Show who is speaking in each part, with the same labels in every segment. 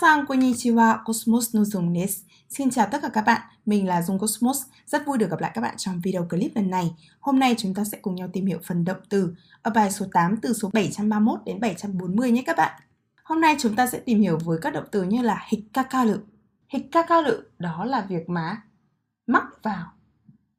Speaker 1: san, konnichiwa, Cosmos Nozum desu. Xin chào tất cả các bạn, mình là Dung Cosmos. Rất vui được gặp lại các bạn trong video clip lần này. Hôm nay chúng ta sẽ cùng nhau tìm hiểu phần động từ ở bài số 8 từ số 731 đến 740 nhé các bạn. Hôm nay chúng ta sẽ tìm hiểu với các động từ như là hikkakaru. Hikkakaru đó là việc mà mắc vào.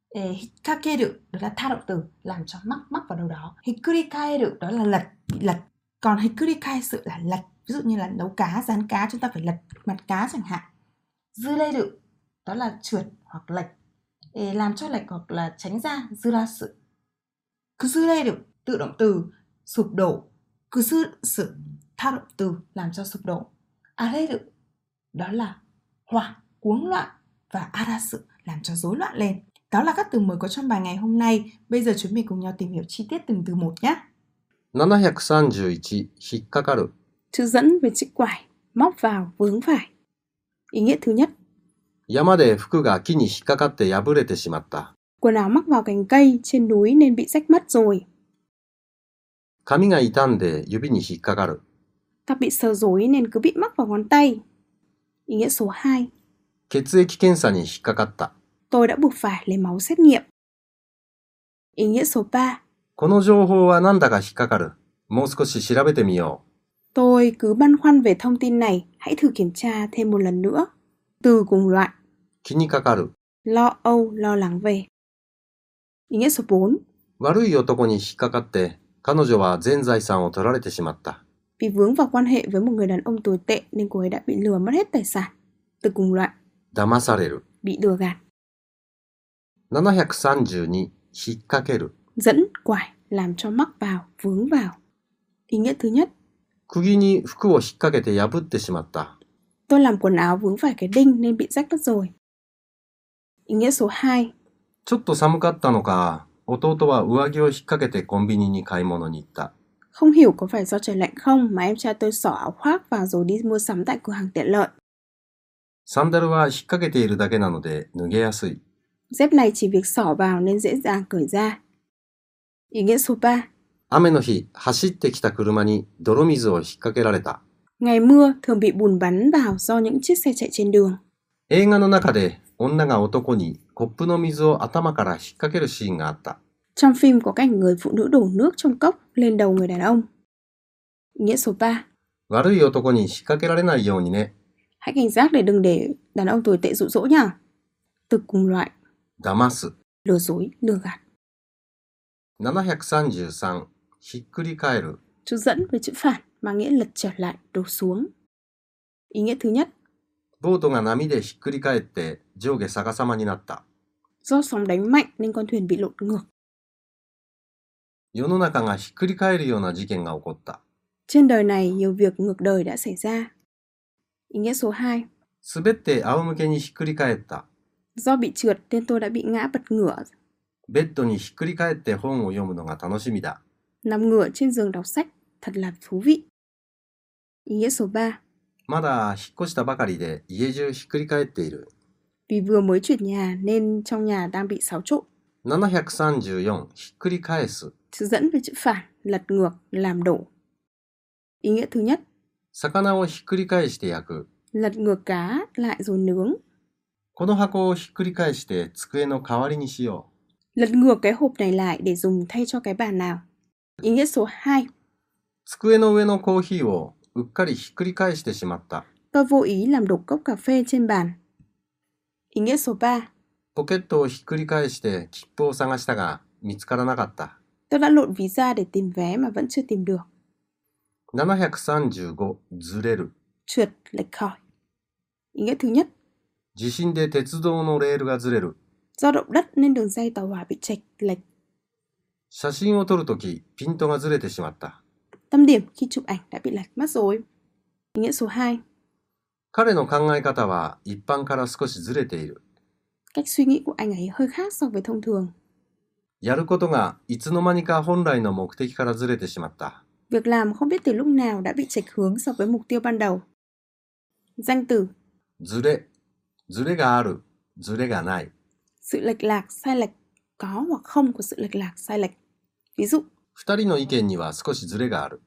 Speaker 1: E, hikkakeru đó là tha động từ, làm cho mắc mắc vào đâu đó. Hikurikaeru đó là lật, bị lật. Còn hikurikai sự là lật ví dụ như là nấu cá rán cá chúng ta phải lật mặt cá chẳng hạn dư lê đự đó là trượt hoặc lệch để làm cho lệch hoặc là tránh ra dư ra sự cứ dư lê đự tự động từ sụp đổ cứ dư sự tha động từ làm cho sụp đổ à lê đự đó là hoảng cuống loạn và a ra sự làm cho rối loạn lên đó là các từ mới có trong bài ngày hôm nay bây giờ chúng mình cùng nhau tìm hiểu chi tiết từng từ một nhé
Speaker 2: 731引っかかる
Speaker 3: chữ dẫn về chữ quải, móc vào, vướng phải. Ý nghĩa thứ nhất,
Speaker 2: 山で服が木に引っかかって破れてしまった。
Speaker 3: quần áo mắc vào cành cây trên núi nên bị rách mất rồi.
Speaker 2: 髪が傷んで指に引っかかる。
Speaker 3: Tóc bị sờ rối nên cứ bị mắc vào ngón tay. Ý nghĩa số 2,
Speaker 2: 血液検査に引っかかった。
Speaker 3: tôi đã buộc phải lấy máu xét nghiệm. Ý nghĩa số 3,
Speaker 2: この情報はなんだか引っかかる。もう少し調べてみよ
Speaker 3: tôi cứ băn khoăn về thông tin này, hãy thử kiểm tra thêm một lần nữa. Từ cùng loại,
Speaker 2: う。気にかかる。
Speaker 3: lo âu, lo lắng về. Ý nghĩa số 4,
Speaker 2: 悪い男に引っかかって、彼女は全財産を取られてしまった。
Speaker 3: vì vướng vào quan hệ với một người đàn ông tồi tệ nên cô ấy đã bị lừa mất hết tài sản. Từ cùng loại,
Speaker 2: 騙される。
Speaker 3: bị lừa gạt.
Speaker 2: 732、引っ掛ける。
Speaker 3: dẫn quải làm cho mắc vào vướng vào ý nghĩa thứ nhất
Speaker 2: 釘に服を引っ掛けて破ってしまった。
Speaker 3: tôi làm quần áo vướng phải cái đinh nên bị rách mất rồi ý nghĩa số 2
Speaker 2: ちょっと寒かったのか、弟は上着を引っ掛けてコンビニに買い物に行った。
Speaker 3: không hiểu có phải do trời lạnh không mà em trai tôi xỏ áo khoác vào rồi đi mua sắm tại cửa hàng tiện lợi
Speaker 2: サンダルは引っ掛けているだけなので脱げやすい。
Speaker 3: dép này chỉ việc xỏ vào nên dễ dàng cởi ra ý nghĩa số 3
Speaker 2: 雨の日、走ってきた車に泥水を引っ掛けられた。
Speaker 3: ngày mưa thường bị bùn bắn vào do những chiếc xe chạy trên đường
Speaker 2: 映画の中で女が男にコップの水を頭から引っ掛けるシーンがあった。
Speaker 3: trong phim có cảnh người phụ nữ đổ nước trong cốc lên đầu người đàn ông ý nghĩa số 3
Speaker 2: 悪い男に引っ掛けられないようにね。
Speaker 3: Hãy cảnh giác để đừng để đàn ông tồi tệ dụ dỗ nha. Từ cùng loại,
Speaker 2: 騙す。
Speaker 3: lừa dối, lừa gạt.
Speaker 2: 733、ひっくり返る。
Speaker 3: Chữ dẫn với chữ phản mang nghĩa lật trở lại, đổ xuống. Ý nghĩa thứ nhất,
Speaker 2: ボートが波でひっくり返って上下逆さまになった。
Speaker 3: do sóng đánh mạnh nên con thuyền bị lộn ngược.
Speaker 2: 世の中がひっくり返るような事件が起こった。
Speaker 3: Trên đời này nhiều việc ngược đời đã xảy ra. Ý nghĩa số 2,
Speaker 2: 滑って仰向けにひっくり返った。
Speaker 3: do bị trượt nên tôi đã bị ngã bật ngửa,
Speaker 2: ベッドにひっくり返って本を読むのが楽しみだ。
Speaker 3: nằm ngửa trên giường đọc sách, thật là thú vị. Ý nghĩa số 3,
Speaker 2: まだ引っ越したばかりで家中ひっくり返っている。
Speaker 3: vì vừa mới chuyển nhà nên trong nhà đang bị xáo trộn.
Speaker 2: 734ひっくり返す。
Speaker 3: chữ dẫn với chữ phản, lật ngược, làm đổ. Ý nghĩa thứ nhất,
Speaker 2: 魚をひっくり返して焼く。
Speaker 3: lật ngược cá lại rồi nướng.
Speaker 2: この箱をひっくり返して机の代わりにしよ
Speaker 3: Lật ngược cái hộp này lại để dùng thay cho cái bàn nào. Ý nghĩa số 2,
Speaker 2: う。机の上のコーヒーをうっかりひっくり返してしまった。
Speaker 3: tôi vô ý làm đổ cốc cà phê trên bàn. Ý nghĩa số 3,
Speaker 2: ポケットをひっくり返して切符を探したが見つからなかった。
Speaker 3: tôi đã lộn ví ra để tìm vé mà vẫn chưa tìm được.
Speaker 2: 735ずれる。
Speaker 3: Trượt, lệch khỏi. Ý nghĩa thứ nhất,
Speaker 2: 地震で鉄道のレールがずれる。
Speaker 3: do động đất nên đường dây tàu hỏa bị chệch, lệch.
Speaker 2: 写真を撮るときピントがずれてしまった。
Speaker 3: Tâm điểm khi chụp ảnh đã bị lệch mất rồi. Ý nghĩa số 2,
Speaker 2: 彼の考え方は一般から少しずれている。
Speaker 3: cách suy nghĩ của anh ấy hơi khác so với thông thường.
Speaker 2: やることがいつの間にか本来の目的からずれてしまった。
Speaker 3: Việc làm không biết từ lúc nào đã bị chệch hướng so với mục tiêu ban đầu. Danh từ,
Speaker 2: ずれ、ずれがある、ずれがない。
Speaker 3: sự lệch lạc, sai lệch, có hoặc không của sự lệch lạc, sai lệch. Ví dụ,
Speaker 2: 二人の意見には少しずれがある。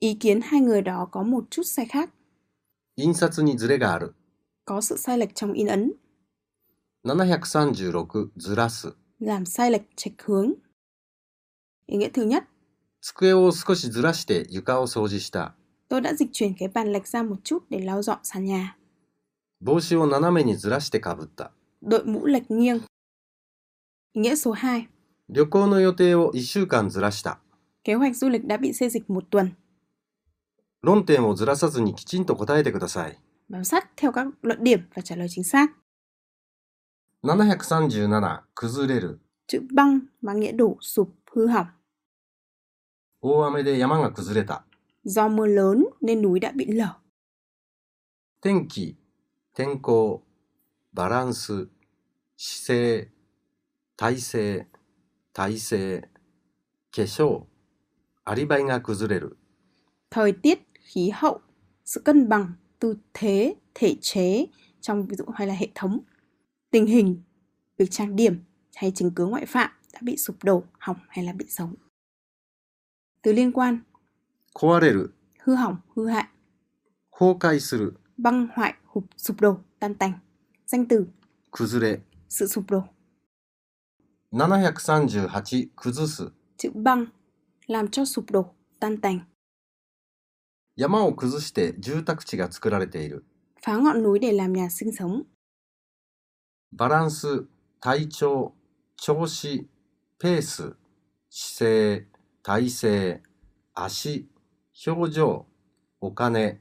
Speaker 3: ý kiến hai người đó có một chút sai khác.
Speaker 2: 印刷にズレがある。
Speaker 3: có sự sai lệch trong in ấn,
Speaker 2: 736ずらす。
Speaker 3: làm sai lệch trạch hướng. Ý nghĩa thứ nhất,
Speaker 2: 机を少しずらして床を掃除した。
Speaker 3: tôi đã dịch chuyển cái bàn lệch ra một chút để lau dọn sàn nhà.
Speaker 2: 帽子を斜めにずらしてかぶった。
Speaker 3: Đội mũ lệch nghiêng. Ý nghĩa số 2,
Speaker 2: 旅行の予定を1週間ずらした。
Speaker 3: kế hoạch du lịch đã bị xê dịch một tuần.
Speaker 2: 論点をずらさずにきちんと答えてください。
Speaker 3: Bám sát theo các luận điểm và trả lời chính xác.
Speaker 2: 737、崩れる。
Speaker 3: Chữ băng mang nghĩa đổ, sụp, hư hỏng.
Speaker 2: 大雨で山が崩れた。
Speaker 3: Do mưa lớn nên núi đã bị lở.
Speaker 2: 天気、天候、バランス、姿勢、体勢、体勢、化粧、アリバイが崩れる。
Speaker 3: Thời tiết, khí hậu, sự cân bằng, tư thế, thể chế trong ví dụ hay là hệ thống. Tình hình, việc trang điểm hay chứng cứ ngoại phạm đã bị sụp đổ, hỏng hay là bị sống. Từ liên quan,
Speaker 2: 壊れる、
Speaker 3: hư hỏng, hư hại,
Speaker 2: 崩壊する、
Speaker 3: băng hoại, hụp, sụp đổ, tan tành. Danh từ,
Speaker 2: 崩れ。
Speaker 3: sự sụp đổ.
Speaker 2: 738、崩す。
Speaker 3: Chữ băng làm cho sụp đổ, tan tành.
Speaker 2: 山を崩して住宅地が作られている。
Speaker 3: Phá ngọn núi để làm nhà sinh sống.
Speaker 2: バランス、体調、調子、ペース、姿勢、体勢、足、表情、お金、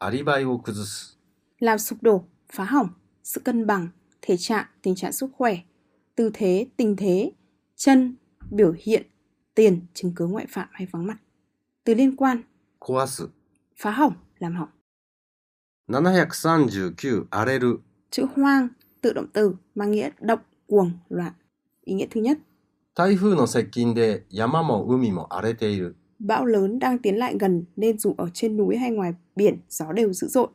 Speaker 2: アリバイを崩す。
Speaker 3: làm sụp đổ, phá hỏng, sự cân bằng, thể trạng, tình trạng sức khỏe, tư thế, tình thế, chân, biểu hiện, tiền, chứng cứ ngoại phạm hay vắng mặt. Từ liên quan,
Speaker 2: 壊す。
Speaker 3: phá hỏng, làm hỏng.
Speaker 2: 739、荒れる。
Speaker 3: Chữ hoang, tự động từ, mang nghĩa động, cuồng, loạn. Ý nghĩa thứ nhất,
Speaker 2: 台風の接近で山も海も荒れている。
Speaker 3: bão lớn đang tiến lại gần nên dù ở trên núi hay ngoài biển, gió đều dữ dội,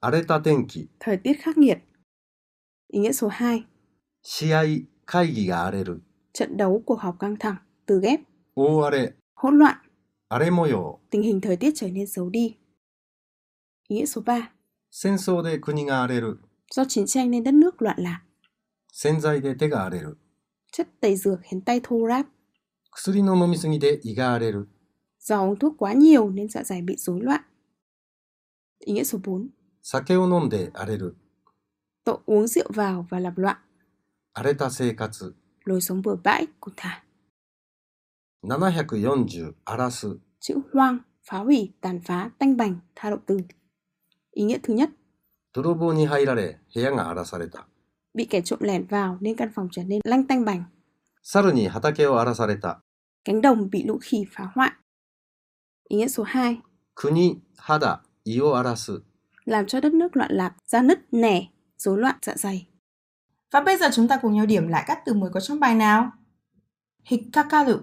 Speaker 2: 荒れた天気。
Speaker 3: thời tiết khắc nghiệt. Ý nghĩa số 2,
Speaker 2: 試合、会議が荒れる。
Speaker 3: trận đấu, cuộc họp căng thẳng, từ ghép,
Speaker 2: 大荒れ、
Speaker 3: hỗn loạn,
Speaker 2: 荒れ模様。
Speaker 3: tình hình thời tiết trở nên xấu đi. Ý nghĩa số 3,
Speaker 2: 戦争で国が荒れる。
Speaker 3: do chiến tranh nên đất nước loạn lạc,
Speaker 2: 洗剤で手が荒れる。
Speaker 3: chất tẩy rửa khiến tay thô ráp,
Speaker 2: 薬の飲みすぎで胃が荒れる。
Speaker 3: do uống thuốc quá nhiều nên dạ dày bị rối loạn. Ý nghĩa số 4,
Speaker 2: 酒を飲んで荒れる。
Speaker 3: tội uống rượu vào và làm loạn,
Speaker 2: 荒れた生活。
Speaker 3: lối sống bừa bãi, cụt thả.
Speaker 2: 740、荒らす。
Speaker 3: Chữ hoang, phá hủy, tàn phá, tanh bành, tha động từ. Ý nghĩa thứ nhất,
Speaker 2: 泥棒に入られ、部屋が荒らされた。
Speaker 3: bị kẻ trộm lẻn vào nên căn phòng trở nên lanh tanh bành,
Speaker 2: 猿に畑を荒らされた。
Speaker 3: cánh đồng bị lũ khỉ phá hoại. Ý nghĩa số 2,
Speaker 2: 国、肌、胃を荒らす。
Speaker 3: làm cho đất nước loạn lạc, ra nứt, nẻ, rối loạn dạ dày.
Speaker 1: Và bây giờ chúng ta cùng nhau điểm lại các từ mới có trong bài nào. Hikakaru,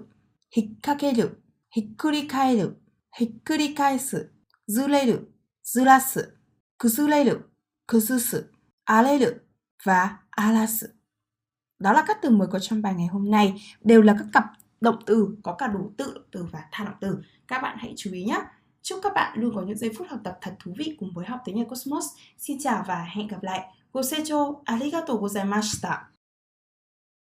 Speaker 1: hikakeru, hikurikaeru, hikurikaesu, zureru, zurasu, kuzureru, kuzusu, areru và arasu. Đó là các từ mới có trong bài ngày hôm nay, đều là các cặp động từ có cả đủ tự động từ và tha động từ. Các bạn hãy chú ý nhé. Chúc các bạn luôn có những giây phút học tập thật thú vị cùng với học tiếng Nhật Cosmos. Xin chào và hẹn gặp lại. ご清聴ありがとうございました。